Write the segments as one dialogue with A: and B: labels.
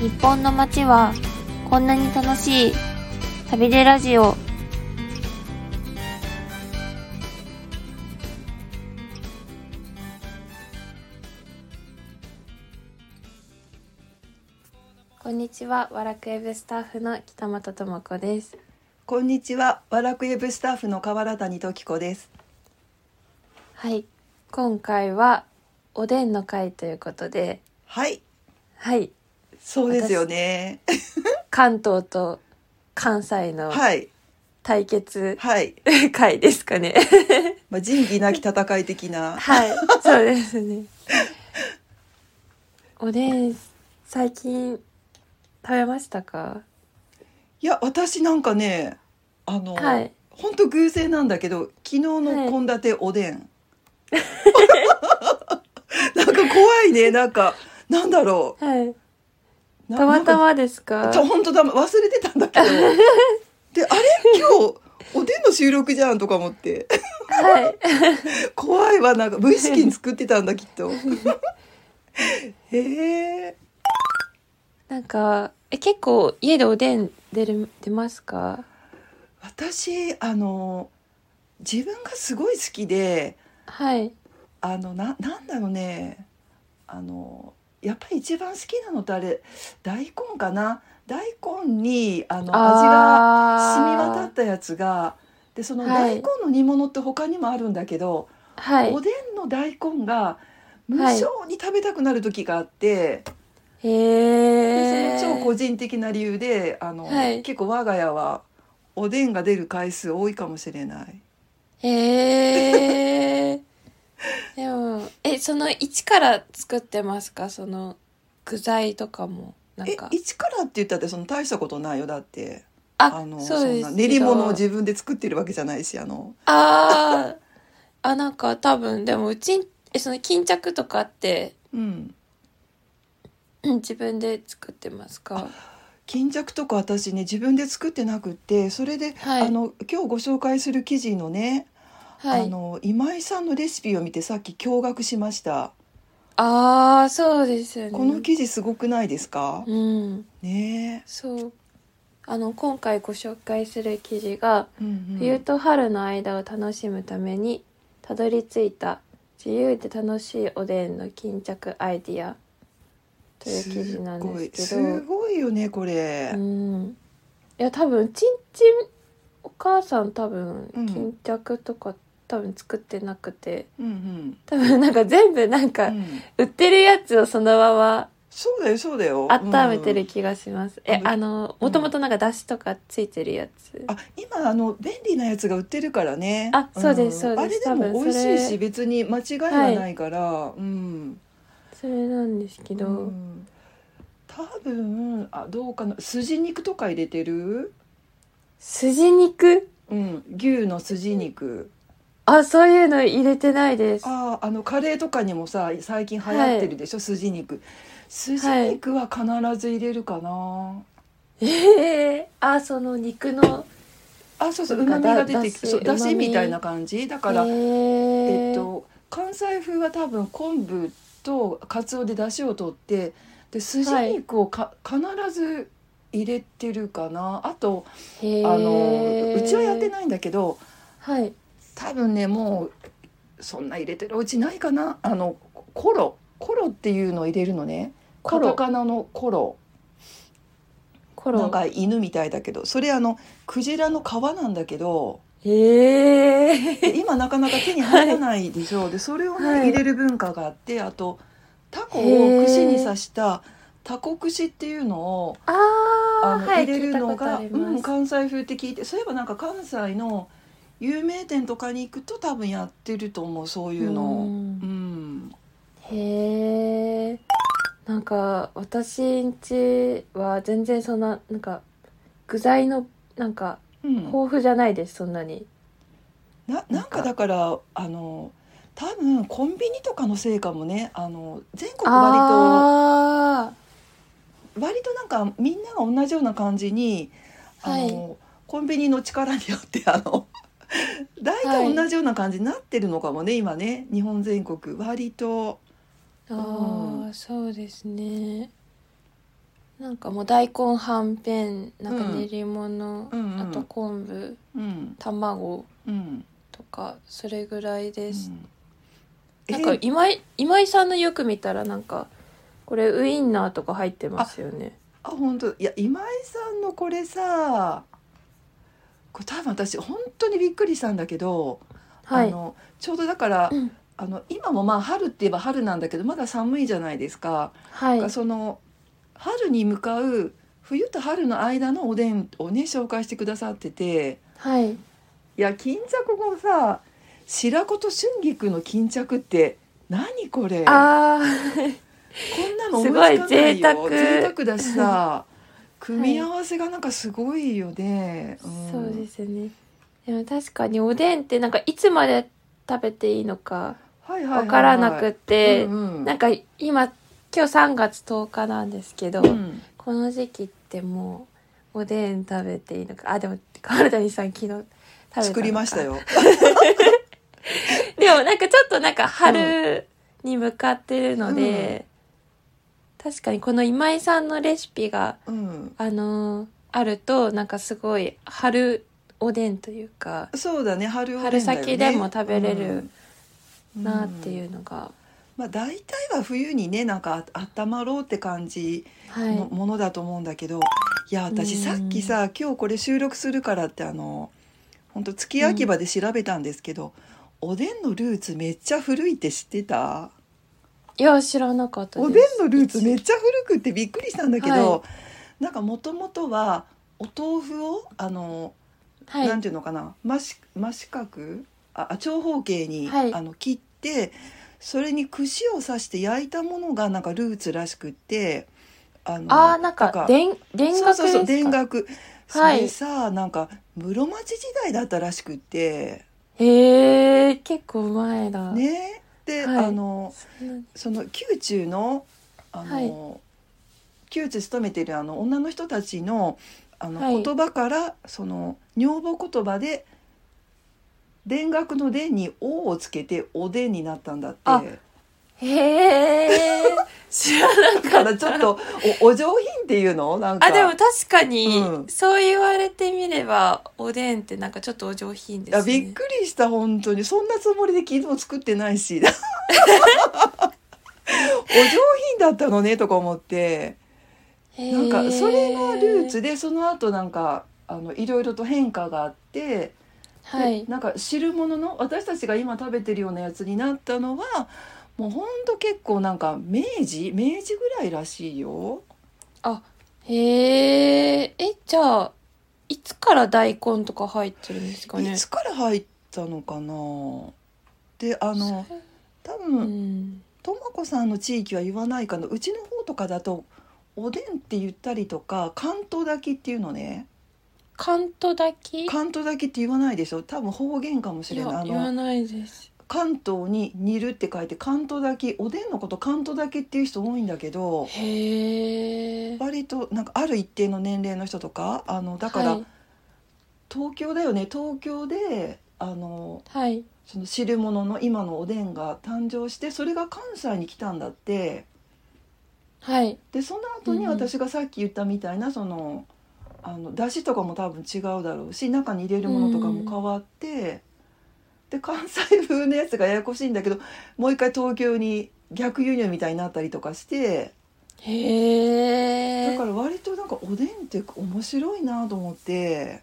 A: 日本の街はこんなに楽しい旅でラジオこんにちはワラクウェブスタッフの北本智子です
B: こんにちは、ワラクエブスタッフの河原谷時子です。
A: はい今回はおでんの会ということで
B: はい、
A: はい
B: そうですよね。
A: 関東と関西の
B: はい、
A: 対決
B: はい、
A: 会ですかね
B: まあ、仁義なき戦い的な。
A: はいそうですねおでん最近食べましたか
B: いや、私なんかね、あの、
A: はい
B: 本当偶然なんだけど、昨日の
A: はい
B: 献立おでん。 なんか怖いね、なんか、なんだろ。
A: はいう
B: な
A: たまた。
B: なんか
A: まですか
B: ちょ本当だ、忘れてたん だけど。で、あれ、今日。おでんの収録じゃんとか思って
A: はい
B: 怖いわなんか無意識に作ってたんだきっ とへえ
A: なんかえ結構家でおでん出る出ますか
B: 私あの自分がすごい好きで
A: はい
B: あのななんだろうねあのやっぱり一番好きなのってあれ大根かな大根にあの味が染み渡
A: あ
B: っ
A: ー
B: たやつがでその
A: はい
B: 大根の煮物って他にもあるんだけど、
A: はい
B: おでんの大根が無性に食べたくなる時があって、
A: へ
B: で
A: え
B: その超個人的な理由であの、
A: はい
B: 結構我が家はおでんが出る回数多いかもしれない。
A: へ え。でも、え、その一から作ってますかその具材とかも。なん
B: え
A: か。
B: 一からって言ったってその大したことないよだって
A: あ
B: あの
A: そうですけ
B: ん
A: ど
B: な練り物を自分で作ってるわけじゃないしあの
A: あーあ、なんか多分、でもうちん、え、その巾着とかって、
B: うん
A: うん自分で作ってますか
B: 巾着とか私ね自分で作ってなくってそれで、
A: はい
B: あの今日ご紹介する記事のね、
A: は
B: あ
A: い。
B: の今井さんのレシピを見てさっき驚愕しました
A: ああ、そうですよね。
B: この記事すごくないですか、
A: うん。
B: ね
A: そう。あの、今回ご紹介する記事が、
B: え、うんうん
A: 冬と春の間を楽しむためにたどり着いた自由で楽しいおでんの巾着アイディアという記事なんです
B: す
A: けど
B: ごいすごいよねこれ、
A: うんいや多分ちんちんお母さん多分
B: うん
A: 巾着とか、多分作ってなくて
B: うん
A: 多分なんか全部なん
B: うん
A: か
B: うん
A: 売ってるやつをそのまま
B: そうだよそうだよ
A: 温めて
B: う
A: る
B: ん
A: 気がします、
B: うん
A: えあのもともとなんかだしとかついてるやつ、
B: あ今あの便利なやつが売ってるからね
A: あそうです
B: ん
A: そうです
B: あ
A: 多
B: れでも美
A: 分
B: 味
A: そ
B: し
A: れ
B: いし別に間違いはないから、うん
A: それなんですけど、
B: うん多分あどうかな筋肉とか入れてる、
A: 筋肉
B: うん、牛の筋肉
A: あ、そういうの入れてないです。
B: あーあのカレーとかにもさ最近流行ってるでしょ、筋肉筋肉は必ず入れるかな、
A: ええあ、その肉の。
B: あそうそう
A: なん
B: 旨
A: か
B: 味
A: だ
B: が出て
A: だし
B: き
A: て
B: そうだ
A: うま
B: し
A: み
B: みたいな感じだから、
A: え
B: え
A: ー
B: っと、関西風は多分昆布とカツオで出汁を取ってで筋肉をか、必ず入れてるかなあとあ
A: へー
B: のうちはやってないんだけど
A: はい。
B: 多分ねもうそんな入れてるお家ないかなあのコロコロっていうのを入れるのね
A: コ
B: カ
A: ロ
B: タカナのコロ
A: コ
B: なん
A: ロ。
B: か犬みたいだけどそれあのクジラの皮なんだけど
A: ええ
B: で今なかなか手に入らないでしょう、でそれをね、
A: はい
B: 入れる文化があってあとタコ
A: へー
B: を串に刺したタコ串っていうのを
A: あ
B: あ
A: あ、
B: の、
A: はい、
B: 入れる
A: 聞
B: のが、
A: いたことあ
B: う
A: り
B: ん、
A: ます
B: 関西風って聞いてそういえばなんか関西の有名店とかに行くと多分やってると思うそういう
A: う
B: の。
A: ん
B: うん
A: へえ。なんか、私んちは全然そんな、なんか。具材の、なんか、
B: うん
A: 豊富じゃないです、そんなに。
B: ななんかだからあの多分コンビニとかのせいかもねあの全国割と
A: あ
B: 割となんかみんなが同じような感じに、
A: はい
B: あのコンビニの力によってあの 大体同じような感じになってるのかもね、今ね日本全国割と
A: あ。ああ、そうですね。なんかもう大根はんぺんなんか
B: うん
A: 練り物、
B: うんうん
A: あと昆布
B: うん
A: 卵
B: うん
A: とかそれぐらいです、
B: うん
A: なんか
B: え
A: 今井今井さんのよく見たらなんかこれウインナーとか入ってますよね
B: あ本当いや今井さんのこれさこれ多分私本当にびっくりしたんだけど、
A: は
B: あ
A: い
B: のちょうどだから、
A: うん
B: あの今もまあ春って言えば春なんだけどまだ寒いじゃないですか。
A: は
B: が
A: い
B: その春に向かう冬と春の間のおでんをね紹介してくださってて
A: はい
B: いや巾着もさ白子と春菊の巾着って何これこん
A: あー
B: なの思いつかないよ
A: すごい贅沢
B: 贅沢だしさ組み合わせがなんかすごいよね、
A: そうですすねでも確かにおでんってなんかいつまで食べていいのか
B: はいはいはいは
A: わ
B: い
A: からなくって、
B: うんうん
A: なんか今今日3月10日なんですけど、
B: うん
A: この時期ってもうおでん食べていいのかあでも川谷さん昨日食べたのか
B: 作りましたよ
A: でもなんかちょっとなんか春に向かってるので、確かにこの今井さんのレシピが
B: うん
A: あのーあるとなんかすごい春おでんというか
B: そうだね春おでんだよね
A: 春先でも食べれる
B: うん
A: なっていううのが、
B: まあ、大体は冬にねなんかあったまろうって感じの
A: はい
B: ものだと思うんだけど、い、や私
A: うん
B: さっきさ今日これ収録するからってあの本当月秋葉で調べたんですけど、おでんのルーツめっちゃ古いって知ってた
A: いや知らなかったです
B: おでんのルーツめっちゃ古くってびっくりしたんだけど、なんかもともとはお豆腐をあの、
A: はい
B: なんていうのかな真四真四角ああ長方形に、
A: はい
B: あの切ってそれに串を刺して焼いたものがなんかルーツらしくってあの
A: あーなんか田田楽ですか
B: そうそうそう田楽そ
A: はい
B: れさなんか室町時代だったらしくって
A: へえ結構前だ、
B: ねで、
A: はい
B: あの
A: そうなん
B: その宮中のあの、宮中勤めてるあの女の人たちのあの、
A: はい
B: 言葉からその女房言葉で田楽の「田」に「王」をつけて「おでん」になったんだって
A: あ へえ知らな
B: だ
A: か
B: か
A: っ
B: らちょっとお お上品っていうのなん
A: た
B: か
A: あでも確かに、
B: うん
A: そう言われてみればおでんってなんかちょっとお上品
B: い
A: で
B: や
A: すね
B: びっくりした本当にそんなつもりで昨日作ってな いしお上品だったのねとか思って
A: へ
B: な
A: ー
B: んかそれがルーツでその後なんかあのいろいろと変化があって、で
A: はい
B: なんか汁物の私たちが今食べてるようなやつになったのはもうほんと結構なんか明治明治ぐらいらしいよ。
A: へええじゃあいつから大根とか入ってるんですかね
B: いつから入ったのかなであの多
A: う
B: 分、
A: ん
B: ともこさんの地域は言わないかなうちの方とかだとおでんって言ったりとか関東炊きっていうのね
A: 関東炊きい
B: 関東炊きって言わないでしょ多分方言かもしれない
A: や
B: あ
A: 言わ
B: の
A: ないです
B: 関東に煮るって書いて関東炊きおでんのこと関東炊きっていう人多いんだけど
A: へえ
B: 割となんかある一定の年齢の人とかあのだから
A: はい、
B: 東京だよね東京であの
A: はい、
B: その汁物の今のおでんが誕生してそれが関西に来たんだって。
A: はい、
B: でその後に
A: うんうん
B: 私がさっき言ったみたいな、そのあの出汁とかも多分違うだろうし中に入れるものとかも変わって、で関西風のやつがややこしいんだけどもう一回東京に逆輸入みたいになったりとかして
A: へ
B: だ
A: え
B: から割となんかおでんって面白いなと思って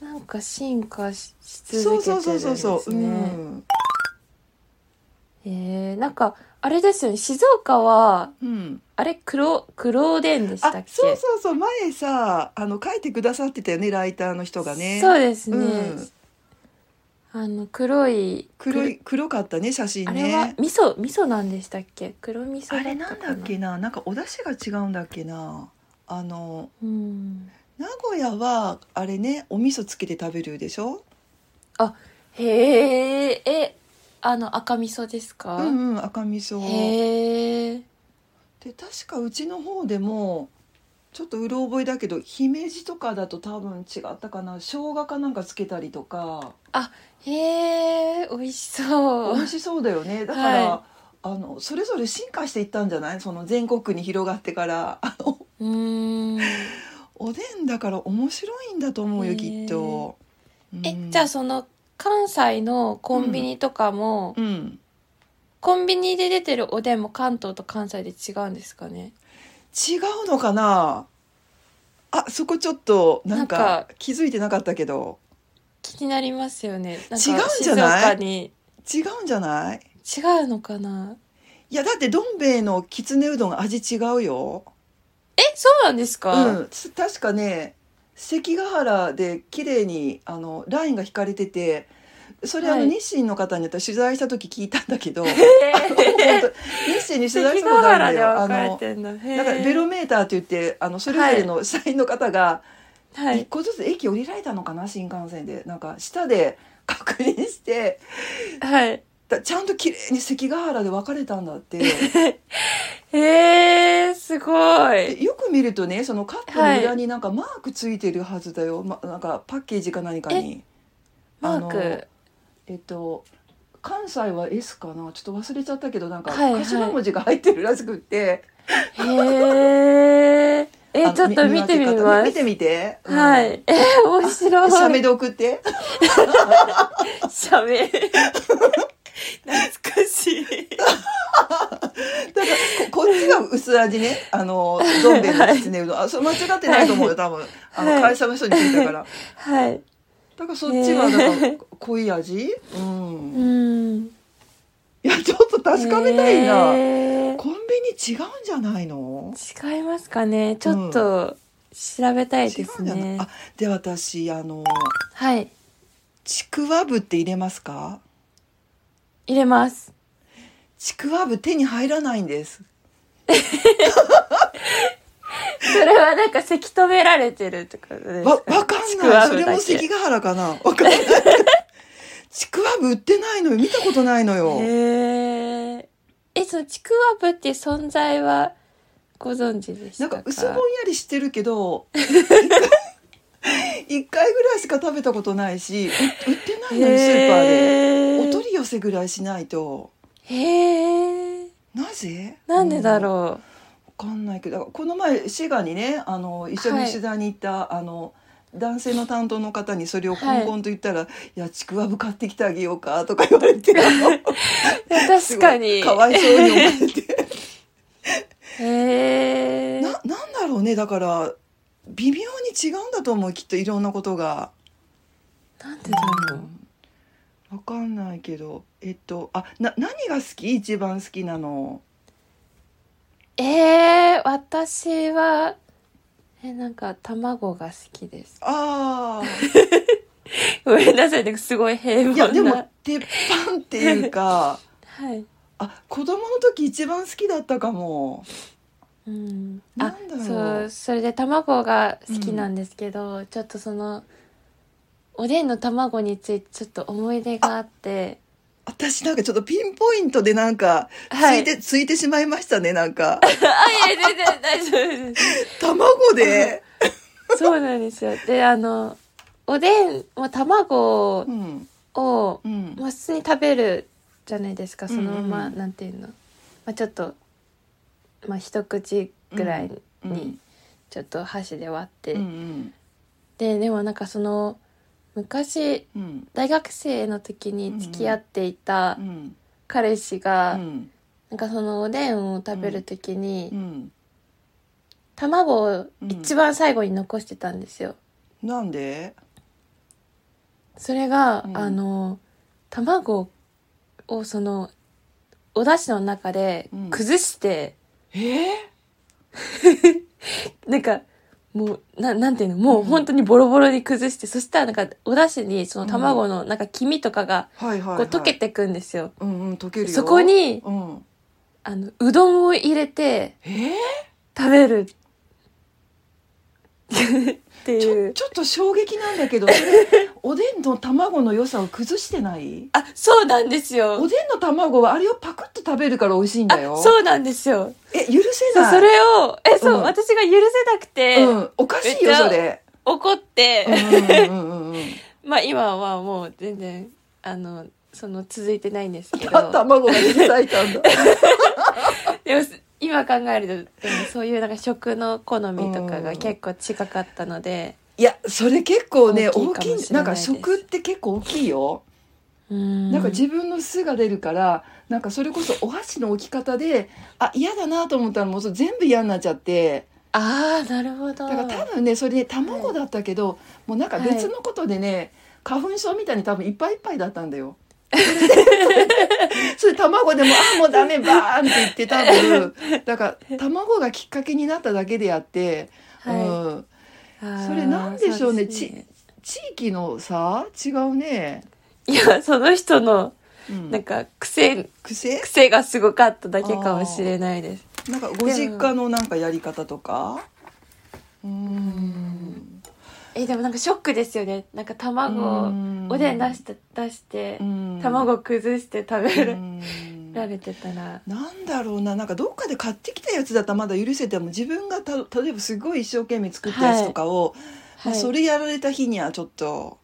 A: なんか進化しし
B: そう
A: 続けて
B: そ
A: る
B: うん
A: です
B: そ
A: ね
B: うそうそう、うん
A: えー、なんかあれですよね静岡は
B: うん、
A: あれ黒黒おでんでしたっけ
B: あそうそうそう前さあの書いてくださってたよねライターの人がね
A: そうですね、
B: うん
A: あの黒い
B: 黒い黒かったね写真
A: あ
B: ね
A: れは味噌味噌なんでしたっけ黒味噌だ
B: あ
A: ったか
B: れ
A: な
B: なんだっけななんかお出汁が違うんだっけなあの
A: うん
B: 名古屋はあれねお味噌つけて食べるでしょ
A: へええあの赤味噌ですか、
B: うんうん赤味噌
A: へえ
B: で確かうちの方でもちょっとうろ覚えだけど姫路とかだと多分違ったかな生姜かなんかつけたりとか
A: へえ美味し
B: 美
A: そう
B: 味しそうだよねだから、
A: は
B: あのそれぞれ進化していったんじゃないその全国に広がってからあの
A: うーん
B: おでんだから面白いんだと思うよ、
A: へー
B: きっと。うん
A: えじゃあその関西のコンビニとかも、
B: うん
A: コンビニで出てるおでんも関東と関西で違うんですかね
B: 違うのかなあそこちょっとなんか
A: なんか
B: 気づいてなかったけど
A: 気になりますよねなんか
B: 違うんじゃな
A: 静岡
B: い
A: に
B: 違うんじゃない
A: 違うのかない
B: やだってどん兵衛のきつねうどん味違うよ。
A: えそうなんですか、
B: うん、つ確かね関ヶ原で綺麗にあのラインが引かれててそれ、
A: はい
B: あの日清の方に私取材した時聞いたん だけど本
A: え
B: 当日清に取材
A: 関
B: したこ
A: ヶ
B: とあ
A: 原
B: るん
A: で
B: だよ。
A: 分
B: あ
A: かれ
B: の
A: てんだ
B: だからベロメーターって言ってあのそれぞれの社員の方が
A: は
B: 一
A: い
B: 個ずつ駅降りられたのかな新幹線でなんか下で確認して
A: はい
B: だちゃんと綺麗に関ヶ原で分かれたんだ って。
A: えー、すごい
B: でよく見るとねそのカップの裏になんかマークついてるはずだよ、ま、なんかパッケージか何かに
A: マーク
B: えっと関西は S かなちょっと忘れちゃったけどなんか
A: はいはい
B: 頭文字が入ってるらしくって、
A: へーえ
B: あの
A: ちょっと見てみ
B: 分け
A: ま
B: 方
A: す
B: 見てみて、うん
A: はい。えー、面白い。
B: 写メで送って
A: しゃ べ。懐かしい。
B: だからここっちが薄味ねあのどん兵衛のきつねうどんあそれ間違ってないと思うよ多分あの
A: はい
B: 会社の人に聞いたから
A: はい。
B: だからそっちはなんか
A: ね
B: 濃い味、うん
A: う
B: い
A: ん。
B: やちょっと確かめたいな、
A: えー
B: コンビニ違うんじゃないの
A: 違いますかね。ちょっと調べたい
B: 違
A: で
B: う
A: す
B: んじゃない
A: ね
B: あ。で私あの
A: はい。
B: ちくわぶって入れますか
A: 入れます。
B: ちくわぶ手に入らないんです
A: それはなんかせき止められてるってことです
B: わわ
A: か。
B: かん
A: ちくわ
B: ない
A: ぶだ
B: そ
A: け
B: れも関ヶ原かなわかんない ちくわぶ売ってないのよ見たことないのよ、
A: へえ。え、そのちくわぶっていう存在はご存知でし
B: な
A: た
B: ん
A: か。
B: か薄ぼんやりしてるけど 一回ぐらいしか食べたことないしう売ってないのよスーパーで
A: へ
B: お取り寄せぐらいしないと
A: へえ。
B: なぜ
A: なんでだ
B: う
A: ろう。
B: わかんないけどだからこの前滋賀にねあの一緒に取材に行った、あの男性の担当の方にそれをコンコンと言ったら「い、やちくわぶ買ってきてあげようか」とか言われて す
A: 確
B: ご
A: か
B: い
A: に。
B: かわいそうに思われ て
A: へえ。
B: ななんだろうねだから微妙に違うんだと思うきっといろんなことが。
A: なんでだろう。
B: わかんないけどえっとあな何が好き一番好きなの
A: えー、私は、え、なんか卵が好きです。
B: ああ
A: ごめんなさい、なんかすごい平凡な。
B: いやでも鉄板ってい うか
A: はい。
B: あ子供の時一番好きだったかも。
A: うん。
B: な
A: あ
B: んだろう、
A: そう、それで卵が好きなんですけど、ちょっとその、おでんの卵についてちょっと思い出があって、
B: 私なんかちょっとピンポイントでなんかつ
A: はい
B: いて、ついてしまいましたねなんか
A: あ、いや、全然大丈夫 です。
B: 卵で、
A: そうなんですよ。で、あの、おでんも卵
B: うん
A: を、
B: うん、
A: まあ、普通に食べるじゃないですかそのまま、
B: うんうんうん
A: なんていうの、まあ、ちょっと、まあ、一口ぐらい
B: うん
A: にちょっと箸で割って、
B: うん
A: ででもなんかその昔
B: うんうん
A: 大学生の時に付き合っていた
B: うん
A: 彼氏が、
B: うん
A: なんかそのおでんを食べる時に、
B: うん
A: 卵を一番最後に残してたんですよ。
B: なんで
A: それが、
B: うん
A: あの卵をそのお出汁の中で
B: うん
A: 崩して、
B: えー、
A: なんかもうななんていうのもう本当にボロボロに崩して、そしたらなんかお出汁にその卵のなんか黄身とかが
B: はいはい、
A: こう
B: はい、
A: 溶けてくんですよ、
B: うんうん溶けるよ
A: そこ、に
B: うん、
A: あのうどんを入れて
B: えー、
A: 食べる って
B: ち
A: い
B: ょ
A: う
B: ちょっと衝撃なんだけど それおでんの卵の良さを崩してない
A: あそうなんです
B: お
A: よ
B: でんの卵はあれをパクッと食べるから美味しいん
A: あ
B: だよ
A: そうなんですよ
B: え許せ
A: そう
B: ない
A: それをえそう、
B: うん
A: 私が許せなくて、
B: うん、おかしいよそれ
A: 怒って、
B: うんうんうんうんうん
A: まあ今はもう全然あのその続いてないんですけど
B: た卵が小さいたんだ。
A: でもす今考えるとでもそういうなんか食の好みとかが結構近かったので
B: いやそれ結構ね
A: 大
B: 大き
A: き
B: い
A: いかもしれない
B: ん
A: で
B: じ
A: す
B: ゃなんか食って結構大きいよ、
A: うん
B: なんか自分の素が出るからなんかそれこそお箸の置き方であ嫌だなと思ったらもうそれ全部嫌になっちゃって
A: ああなるほど
B: だから多分ねそれね卵だったけど、もうなんか別のことでね、花粉症みたいに多分いっぱいいっぱいだったんだよ。 それ卵でも「あもうダメバーン!」って言って多分だから卵がきっかけになっただけであって、
A: は
B: うん、
A: いあー
B: それなんでしょうね
A: そです
B: 地域のさ違うね、
A: いやその人の
B: うん
A: なんか癖
B: 癖
A: 癖がすごかっただけかもしれないです
B: なんかご実家のなんかやり方とかうーん
A: えでもなんかショックですよねなんか卵をおでん出して出して
B: うん
A: 卵崩して食べ
B: う
A: る
B: ん
A: られてたら
B: なんだろうななんかどっかで買ってきたやつだったらまだ許せても自分がた例えばすごい一生懸命作ったやつとかを、まあ、それやられた日にはちょっと。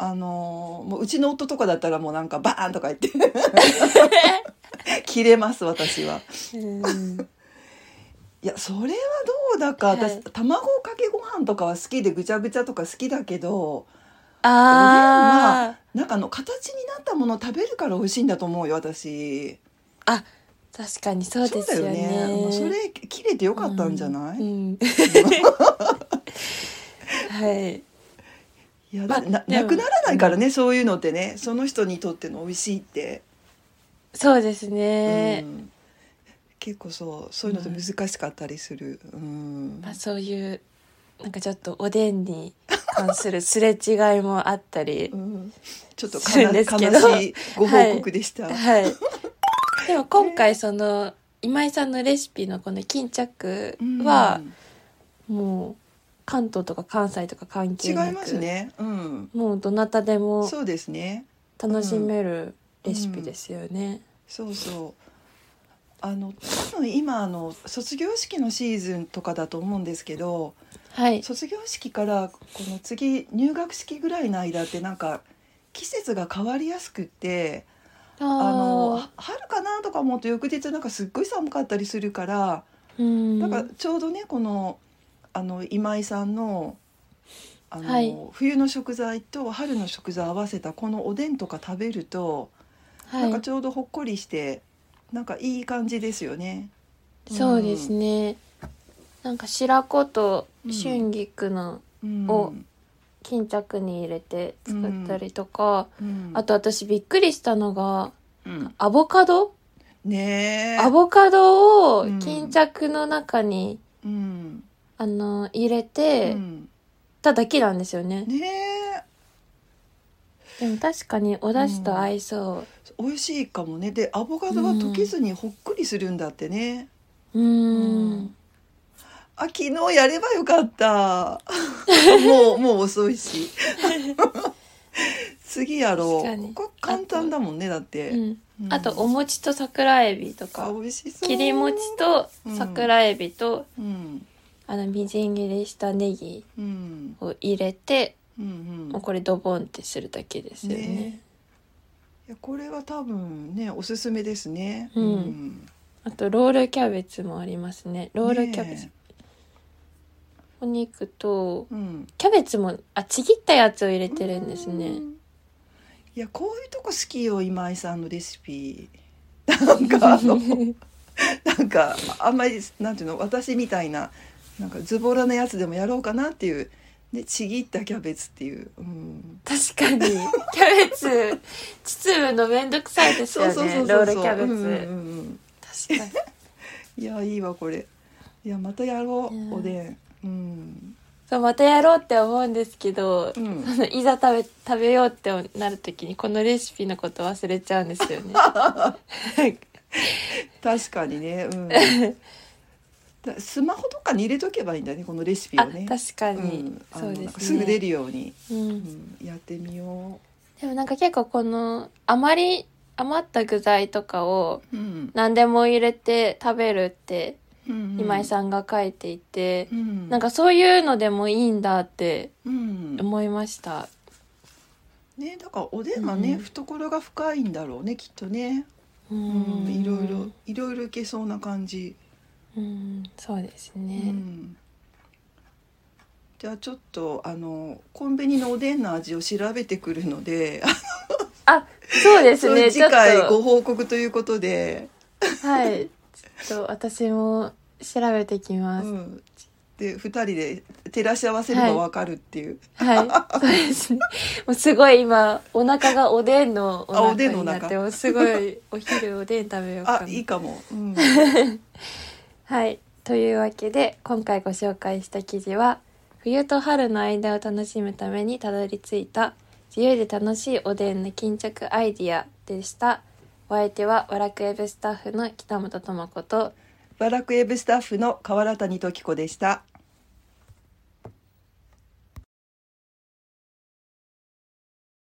B: あのーもううちの夫とかだったらもうなんかバーンとか言って 切れます私は
A: うん
B: いやそれはどうだか私、
A: はい
B: 卵かけご飯とかは好きでぐちゃぐちゃとか好きだけど
A: ああ
B: なんかあの形になったものを食べるから美味しいんだと思うよ私
A: 確かにそうです
B: だ
A: よね
B: もうそれ切れてよかったんじゃない、
A: うん
B: い
A: うん はい
B: や
A: まあ
B: だってな
A: でも
B: なくならないからね、そういうのってねその人にとっての美味しいって、
A: そうですね
B: うん結構そうそういうのって難しかったりする、うん
A: まあ、そういうなんかちょっとおでんに関するすれ違いもあったり
B: うんちょっと
A: する
B: 悲
A: んですけど
B: 悲しいご報告でした、
A: はいでも今回その今井さんのレシピのこの巾着
B: うん
A: はもう関東とか関西とか関
B: 違
A: 係
B: い
A: なく
B: ますねうん
A: もうどなたでも
B: そうですね
A: 楽しめるレシピですよね。
B: そうそうあの多分今あの卒業式のシーズンとかだと思うんですけど
A: はい
B: 卒業式からこの次入学式ぐらいの間ってなんか季節が変わりやすくって
A: あ
B: あの
A: の
B: は春かなとか思うと翌日なんかすっごい寒かったりするから、
A: うん
B: なんかちょうどねこのあの今井さんのあの、
A: はい
B: 冬の食材と春の食材合わせたこのおでんとか食べると、
A: は
B: なんか
A: い、
B: ちょうどほっこりしてなんかいい感じですよね。
A: そうですねなんか白子と春菊の
B: うん
A: を巾着に入れて作ったりとか、
B: うん
A: あと私びっくりしたのが
B: うん
A: アボカド
B: ねえ
A: アボカドを
B: うん
A: 巾着の中に、
B: うん
A: あの入れ
B: う
A: て
B: ん
A: ただけなんですよね、
B: ねえ
A: でも確かにお出汁と合いそ
B: 美味しいかもねでアボカドは溶けずにほっくりするんだってね、
A: ううん
B: うんあ昨日やればよかった もうもう遅いし次やろ
A: 確か
B: う
A: に
B: これ簡単だもんねだって、
A: うん
B: うん
A: あとお餅と桜エビと
B: あ
A: か
B: 美味しそう
A: 切り餅と桜エビと、
B: うん
A: あのみじん切りしたネギ
B: うん
A: を入れて
B: うんうん
A: もうこれドボンってするだけですよね
B: ねいやこれは多分ねおすすめですね
A: うんあとロールキャベツもありますねロールキャベツ、
B: ね
A: お肉と
B: えうん
A: キャベツもあちぎったやつを入れてるんですね。
B: いやこういうとこ好きよ今井さんのレシピ なんか あのなんかあんまりなんていうの私みたいななんかズボラなやつでもやろうかなっていう、ね、ちぎったキャベツっていう、うん、
A: 確か にキャベツ包むのめんどくさいですよねロールキャベツ、
B: うんうんうん
A: 確かに
B: いやいいわこれいやまたやろう、
A: うん
B: おでんうん、
A: そうまたやろうって思うんですけど
B: う、ん、
A: そのいざ食べ食べようってなるときにこのレシピのこと忘れちゃうんですよ ね
B: 確かにね、 うん、だスマホとかに入れとけばいいんだねこのレシピを
A: あ
B: ね
A: 確かに、
B: うんあの
A: そう
B: なん
A: で
B: か
A: す
B: す
A: ね
B: ぐ出るように、
A: う
B: うんん、やってみよ
A: でもなんか結構このあまり余った具材とかを
B: う、うん
A: 何でも入れて食べるって
B: うん
A: 今井さんが書いていて、
B: うん、
A: なんかそういうのでもいいんだって
B: うん、
A: 思いました、
B: ねだからおでんはね、
A: うん
B: 懐が深いんだろうねきっとね、
A: う
B: うん、いろいろいろいろいけそうな感じ、
A: うんそうです
B: う
A: ね、
B: んじゃあちょっとあのコンビニのおでんの味を調べてくるの で
A: あそうです
B: そう
A: ね
B: 次
A: ちょっ
B: 回ご
A: と
B: 報告ということで、
A: はいちょっと私も調べてき
B: う
A: ます、
B: ん、で2人で照らし合わせればわかるっていう、
A: はいそうですねもうすごい今お腹がおでんのお
B: あおで
A: 腹
B: んのお
A: に
B: 腹
A: なってもうすごいお昼おでん食べようか
B: あ
A: ない
B: いかも、うん、
A: はい。というわけで、今回ご紹介した記事は、冬と春の間を楽しむためにたどり着いた、自由で楽しいおでんの巾着アイディアでした。お相手は、ワラクウェブスタッフの北本智子と、
B: バラクエブスタッフの河原谷時子でした。